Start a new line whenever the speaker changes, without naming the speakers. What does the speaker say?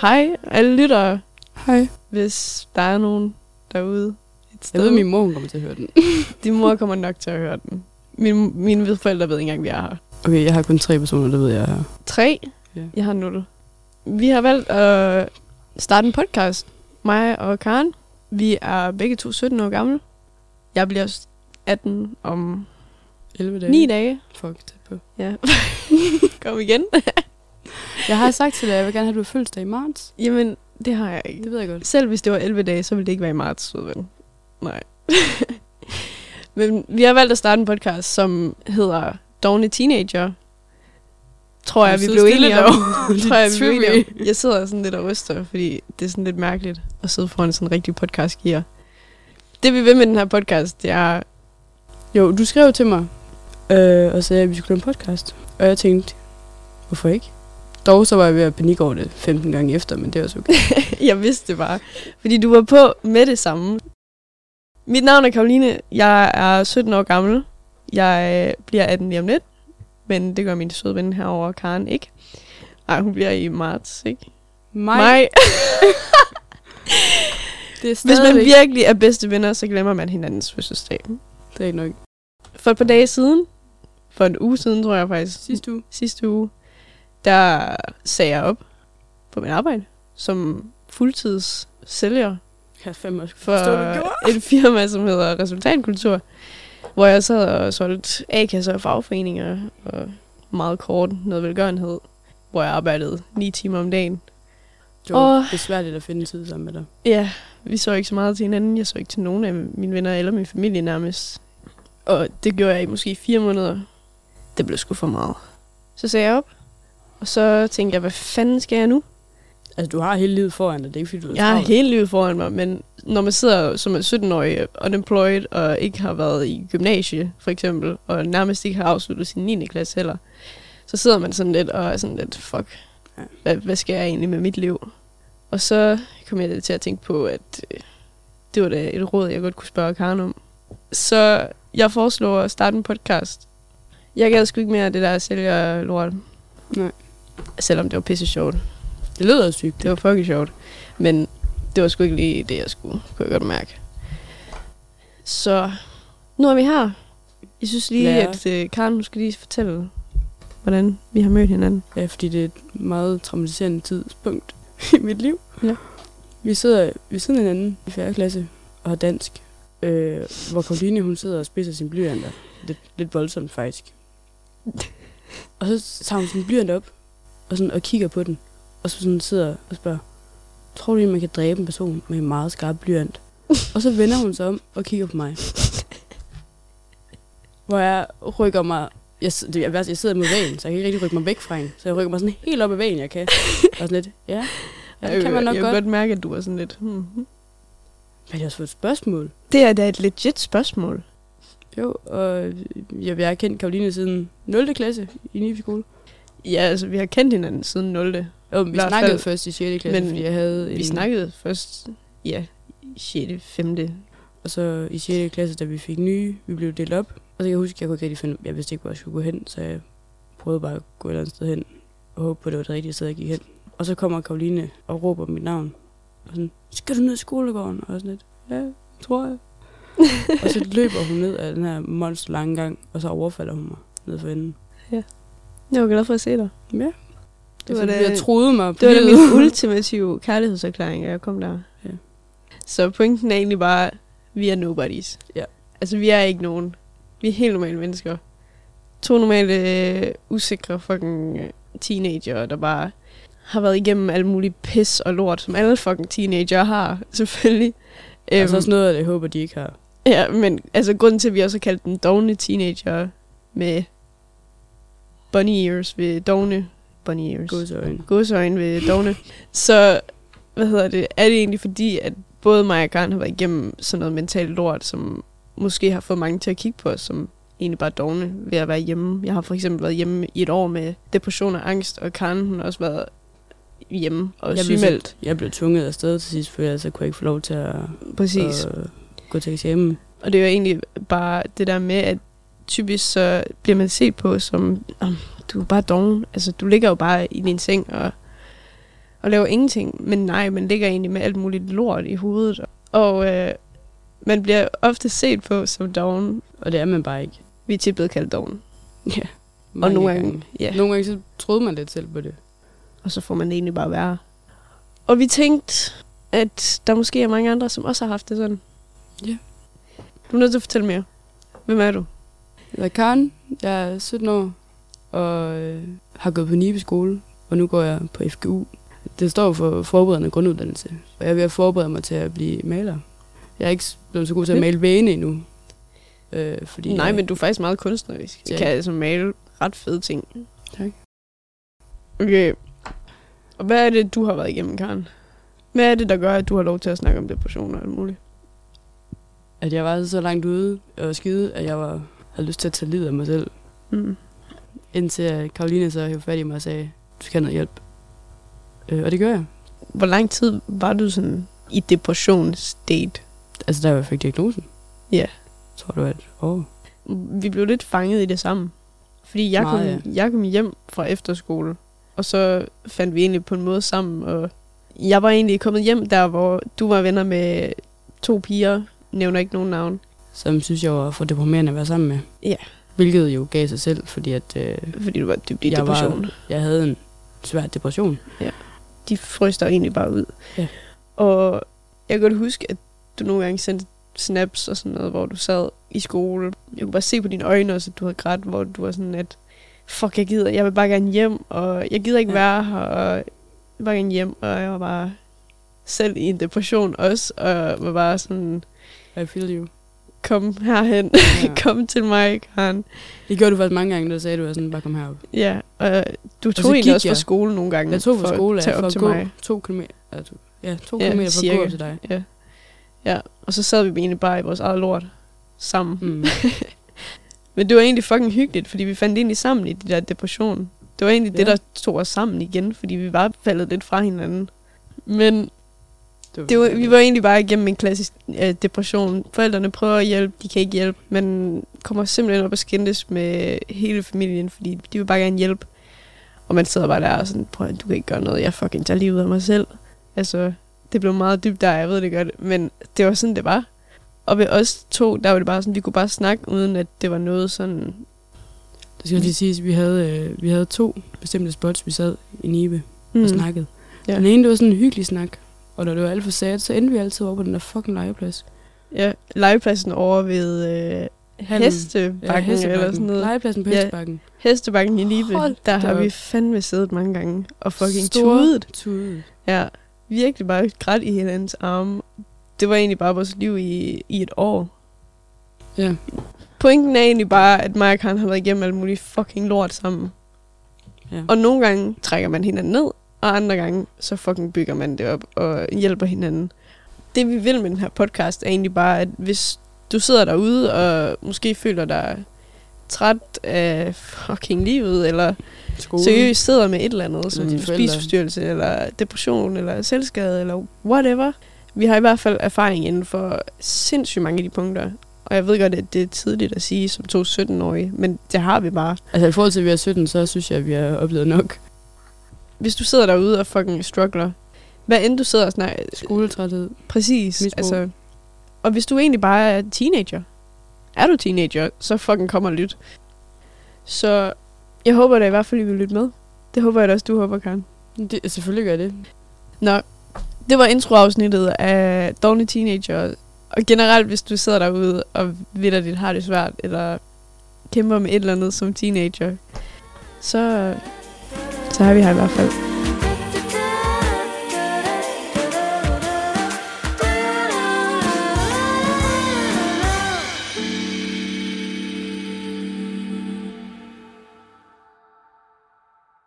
Hej alle lyttere,
Hej.
hvis der er nogen derude et sted.
Jeg ved, min mor kommer til at høre den.
Din mor kommer nok til at høre den. Min, mine forældre ved ikke engang, vi er her.
Okay, jeg har kun tre personer, det ved jeg.
Tre.
Ja.
Jeg har nul. Vi har valgt at starte en podcast. Mig og Karen. Vi er begge to 17 år gamle. Jeg bliver også 18 om
11 dage.
9 dage.
Fuck, tæt på.
Ja. Kom igen.
Jeg har sagt til dig, at jeg vil gerne have, at du har fødselsdag i marts.
Jamen, det har jeg ikke.
Det ved jeg godt.
Selv hvis det var 11 dage, så ville det ikke være i marts, søde ven. Nej. Men vi har valgt at starte en podcast, som hedder Dovne Teenager. Tror jeg, vi blev enige om. tror jeg, vi blev enige om. Jeg sidder sådan lidt og ryster, fordi det er sådan lidt mærkeligt at sidde foran sådan en rigtig podcast gear. Det vi vil med den her podcast, det er...
Jo, du skrev til mig øh, og sagde, at vi skulle lave en podcast. Og jeg tænkte, hvorfor ikke? Dog så var jeg ved at panik over det 15 gange efter, men det er også okay.
jeg vidste det bare, fordi du var på med det samme. Mit navn er Karoline. Jeg er 17 år gammel. Jeg øh, bliver 18 lige om lidt. Men det gør min søde ven herovre, Karen, ikke. Nej, hun bliver i marts, ikke?
Maj, det er
Hvis man
stadigvæk-
virkelig er bedste venner, så glemmer man hinandens fødselsdag.
Det er ikke nok.
For et par dage siden, for en uge siden, tror jeg faktisk,
Sidste uge.
sidste uge, der sagde jeg op på mit arbejde som fuldtids sælger
Jeg har fem også
for et firma, som hedder Resultatkultur, hvor jeg sad og solgte A-kasser og fagforeninger og meget kort noget velgørenhed, hvor jeg arbejdede 9 timer om dagen.
Det var
Åh.
besværligt at finde tid sammen med dig.
Ja, vi så ikke så meget til hinanden. Jeg så ikke til nogen af mine venner eller min familie nærmest. Og det gjorde jeg i måske fire måneder. Det blev sgu for meget. Så sagde jeg op, og så tænkte jeg, hvad fanden skal jeg nu?
Altså, du har hele livet foran dig. Det er ikke, fordi du er
Jeg har
travl.
hele livet foran mig, men når man sidder som en 17-årig unemployed og ikke har været i gymnasie, for eksempel, og nærmest ikke har afsluttet sin 9. klasse heller, så sidder man sådan lidt og er sådan lidt, fuck,
Ja.
hvad, hvad skal jeg egentlig med mit liv? Og så kom jeg lidt til at tænke på, at øh, det var da et råd, jeg godt kunne spørge Karen om. Så jeg foreslår at starte en podcast. Jeg gad sgu ikke mere af det der sælger lort.
Nej.
Selvom det var pisse sjovt.
Det lyder også sygt.
Det var fucking sjovt. Men det var sgu ikke lige det, jeg skulle, kunne jeg godt mærke. Så nu er vi her. Jeg synes lige,
Ja.
ja. at øh, Karen, du skal lige fortælle, hvordan vi har mødt hinanden.
Ja, Øh, fordi det er et meget traumatiserende tidspunkt i mit liv.
Ja.
Vi sidder ved siden af hinanden i 4. klasse og har dansk, øh, hvor Karoline hun sidder og spidser sine blyanter. Lidt, lidt voldsomt faktisk. Og så tager hun sin blyant op og, sådan, og kigger på den. Og så sådan sidder og spørger, tror du, egentlig, man kan dræbe en person med en meget skarp blyant? og så vender hun sig om og kigger på mig. Hvor jeg rykker mig jeg, s- det er værst, jeg sidder mod væggen, så jeg kan ikke rigtig rykke mig væk fra hende. Så jeg rykker mig sådan helt op ad væggen, jeg kan. Og sådan lidt, ja, ja det kan man nok
jeg
godt.
kan godt mærke, at du er sådan lidt... Hmm.
Men det er også for et spørgsmål.
Det er da et legit spørgsmål.
Jo, og jeg, jeg har kendt Karoline siden 0. klasse i 9. skole.
Ja, altså, vi har kendt hinanden siden 0.
Jo, men
I
vi
hvert
snakkede
fald.
først i 6. klasse,
Men
men fordi jeg havde en...
Vi snakkede først, ja, 6. 5.
Og så i 6. klasse, da vi fik nye, vi blev delt op. Og så kan jeg huske, at jeg kunne ikke rigtig finde, jeg vidste ikke, hvor jeg skulle gå hen, så jeg prøvede bare at gå et eller andet sted hen, og håbe på, at det var det rigtige sted, jeg gik hen. Og så kommer Karoline og råber mit navn, og sådan, skal du ned i skolegården? Og sådan lidt, ja, tror jeg. og så løber hun ned af den her monster lange gang, og så overfalder hun mig ned for enden.
Jeg var glad for at se dig.
Ja,
Det
det
var
var
da-
det. Jeg troede mig på
Det var da
livet.
min ultimative kærlighedserklæring, at jeg kom der.
Ja.
Så pointen er egentlig bare, vi er nobodies.
Ja.
Altså, vi er ikke nogen. Vi er helt normale mennesker. To normale, øh, usikre fucking øh, teenager, der bare har været igennem alle mulige pis og lort, som alle fucking teenager har, selvfølgelig. Øhm,
Og så Altså, også noget, jeg håber, de ikke har.
Ja, men altså grunden til, at vi også har kaldt den dogne teenager med bunny ears ved dogne bunny ears
Gået øjne.
godsøjne ved dogne. Så, hvad hedder det, er det egentlig fordi, at både mig og Karen har været igennem sådan noget mentalt lort, som måske har fået mange til at kigge på os, som egentlig bare dogne ved at være hjemme. Jeg har for eksempel været hjemme i et år med depression og angst, og Karen hun har også været hjemme og
jeg blev,
sygemeldt.
så- jeg blev tvunget afsted til sidst, for ellers så kunne jeg ikke få lov til at,
Præcis.
at øh, gå til eksamen.
Og det er jo egentlig bare det der med, at typisk så bliver man set på som, om du er bare doven. Altså, du ligger jo bare i din seng og, og laver ingenting. Men nej, man ligger egentlig med alt muligt lort i hovedet. Og øh, man bliver ofte set på som doven.
Og det er man bare ikke.
Vi er tit blevet kaldt doven.
Ja.
Og
mange
nogle gange,
gange.
ja.
Nogle gange så troede man lidt selv på det.
Og så får man det egentlig bare værre. Og vi tænkte, at der måske er mange andre, som også har haft det sådan.
Ja.
Du er nødt til at fortælle mere. Hvem er du?
Jeg hedder Karen, jeg er 17 år, og øh, har gået på Nibe skole, og nu går jeg på FGU. Det står for forberedende grunduddannelse, og jeg er ved at forberede mig til at blive maler. Jeg er ikke s- blevet så god til at
Fedt.
male vægene endnu. Øh, fordi
Nej,
jeg,
men du er faktisk meget kunstnerisk. Du
Ja.
kan altså male ret fede ting.
Tak.
Okay. Og hvad er det, du har været igennem, Karen? Hvad er det, der gør, at du har lov til at snakke om depression og alt muligt?
at jeg var så langt ude og skide, at jeg var, havde lyst til at tage livet af mig selv.
Mm.
Indtil at Karoline så hævde fat i mig og sagde, du skal have noget hjælp. Øh, og det gør jeg.
Hvor lang tid var du sådan i depressionsstate?
Altså, da jeg fik diagnosen.
Ja.
Tror du, at... Åh,
Vi blev lidt fanget i det samme. Fordi jeg, kom,
Meget,
jeg kom hjem fra efterskole, og så fandt vi egentlig på en måde sammen. Og jeg var egentlig kommet hjem der, hvor du var venner med to piger, nævner ikke nogen navn.
som synes jeg var for deprimerende at være sammen med.
Ja.
Hvilket jo gav sig selv, fordi at øh,
Fordi du var dybt i
Jeg var-
depression.
jeg havde en svær depression.
de fryster egentlig bare ud.
Ja.
Og jeg kan godt huske, at du nogle gange sendte snaps og sådan noget, hvor du sad i skole. Jeg kunne bare se på dine øjne også, at du havde grædt, hvor du var sådan, at fuck, jeg gider, jeg vil bare gerne hjem, og jeg gider ikke ja.
Ja.
være her, og jeg vil bare gerne hjem, og jeg var bare selv i en depression også, og var bare sådan,
I feel you.
kom herhen,
Ja.
kom til mig, Karen.
Det gjorde du faktisk mange gange, da du sagde, at du var sådan, bare kom herop.
Ja, og du
så
tog
gik
egentlig også fra
jeg.
skole nogle gange.
Jeg tog fra skole
at tage
af
op
for at
til
gå
mig.
to kilometer, ja, to, ja, to
Ja,
ja, kilometer for at
cirka.
gå op til dig.
Ja. ja, og så sad vi egentlig bare i vores eget lort sammen. Mm.
Mm.
Men det var egentlig fucking hyggeligt, fordi vi fandt egentlig sammen i de der depression. Det var egentlig ja. det,
Ja.
der tog os sammen igen, fordi vi var faldet lidt fra hinanden. Men det var, vi var egentlig bare igennem en klassisk øh, depression. Forældrene prøver at hjælpe, de kan ikke hjælpe. Man kommer simpelthen op og skændes med hele familien, fordi de vil bare gerne hjælpe. Og man sidder bare der og sådan, prøv at du kan ikke gøre noget, jeg fucking tager livet af mig selv. Altså, det blev meget dybt der, jeg ved det godt, men det var sådan, det var. Og ved os to, der var det bare sådan, vi kunne bare snakke, uden at det var noget sådan,
Det skal
Mm.
lige siges, vi havde, øh, vi havde to bestemte spots, vi sad i Nibe mm.
mm,
og snakkede.
Ja.
Ja. Den ene, det var sådan en hyggelig snak, og når det var alt for sad, så endte vi altid over på den der fucking legeplads.
ja, legepladsen over ved øh,
Hallen. Ja,
Hestebakken ja, eller sådan noget.
Legepladsen på
Ja.
Hestebakken.
Hestebakken i Nibe,
Hold
der har
da
vi
op.
fandme siddet mange gange og fucking
Store
tudet.
Tudet.
Ja, virkelig bare grædt i hinandens arme. Det var egentlig bare vores liv i, i et år.
Ja.
Pointen er egentlig bare, at mig og Karen har været igennem alt muligt fucking lort sammen.
Ja.
Og nogle gange trækker man hinanden ned, og andre gange så fucking bygger man det op og hjælper hinanden. Det vi vil med den her podcast er egentlig bare, at hvis du sidder derude og måske føler dig træt af fucking livet, eller
Skole.
seriøst sidder med et eller andet, som
dine Mm, forældre.
spiseforstyrrelse, eller depression, eller selvskade, eller whatever. Vi har i hvert fald erfaring inden for sindssygt mange af de punkter. Og jeg ved godt, at det er tidligt at sige som to 17-årige, men det har vi bare.
Altså i forhold til, at vi er 17, så synes jeg, at vi har oplevet nok
Hvis du sidder derude og fucking struggler, hvad end du sidder og snakker...
skoletræthed.
Præcis.
Misbrug.
Altså, og hvis du egentlig bare er teenager, er du teenager, så fucking kom og lyt. Så jeg håber da i hvert fald, I vil lytte med. Det håber jeg da også, du håber, Karen.
Det, selvfølgelig gør det.
Nå, det var introafsnittet af Dårlige Teenager. Og generelt, hvis du sidder derude og vitterligt har det svært, eller kæmper med et eller andet som teenager, så, så har vi her i hvert fald.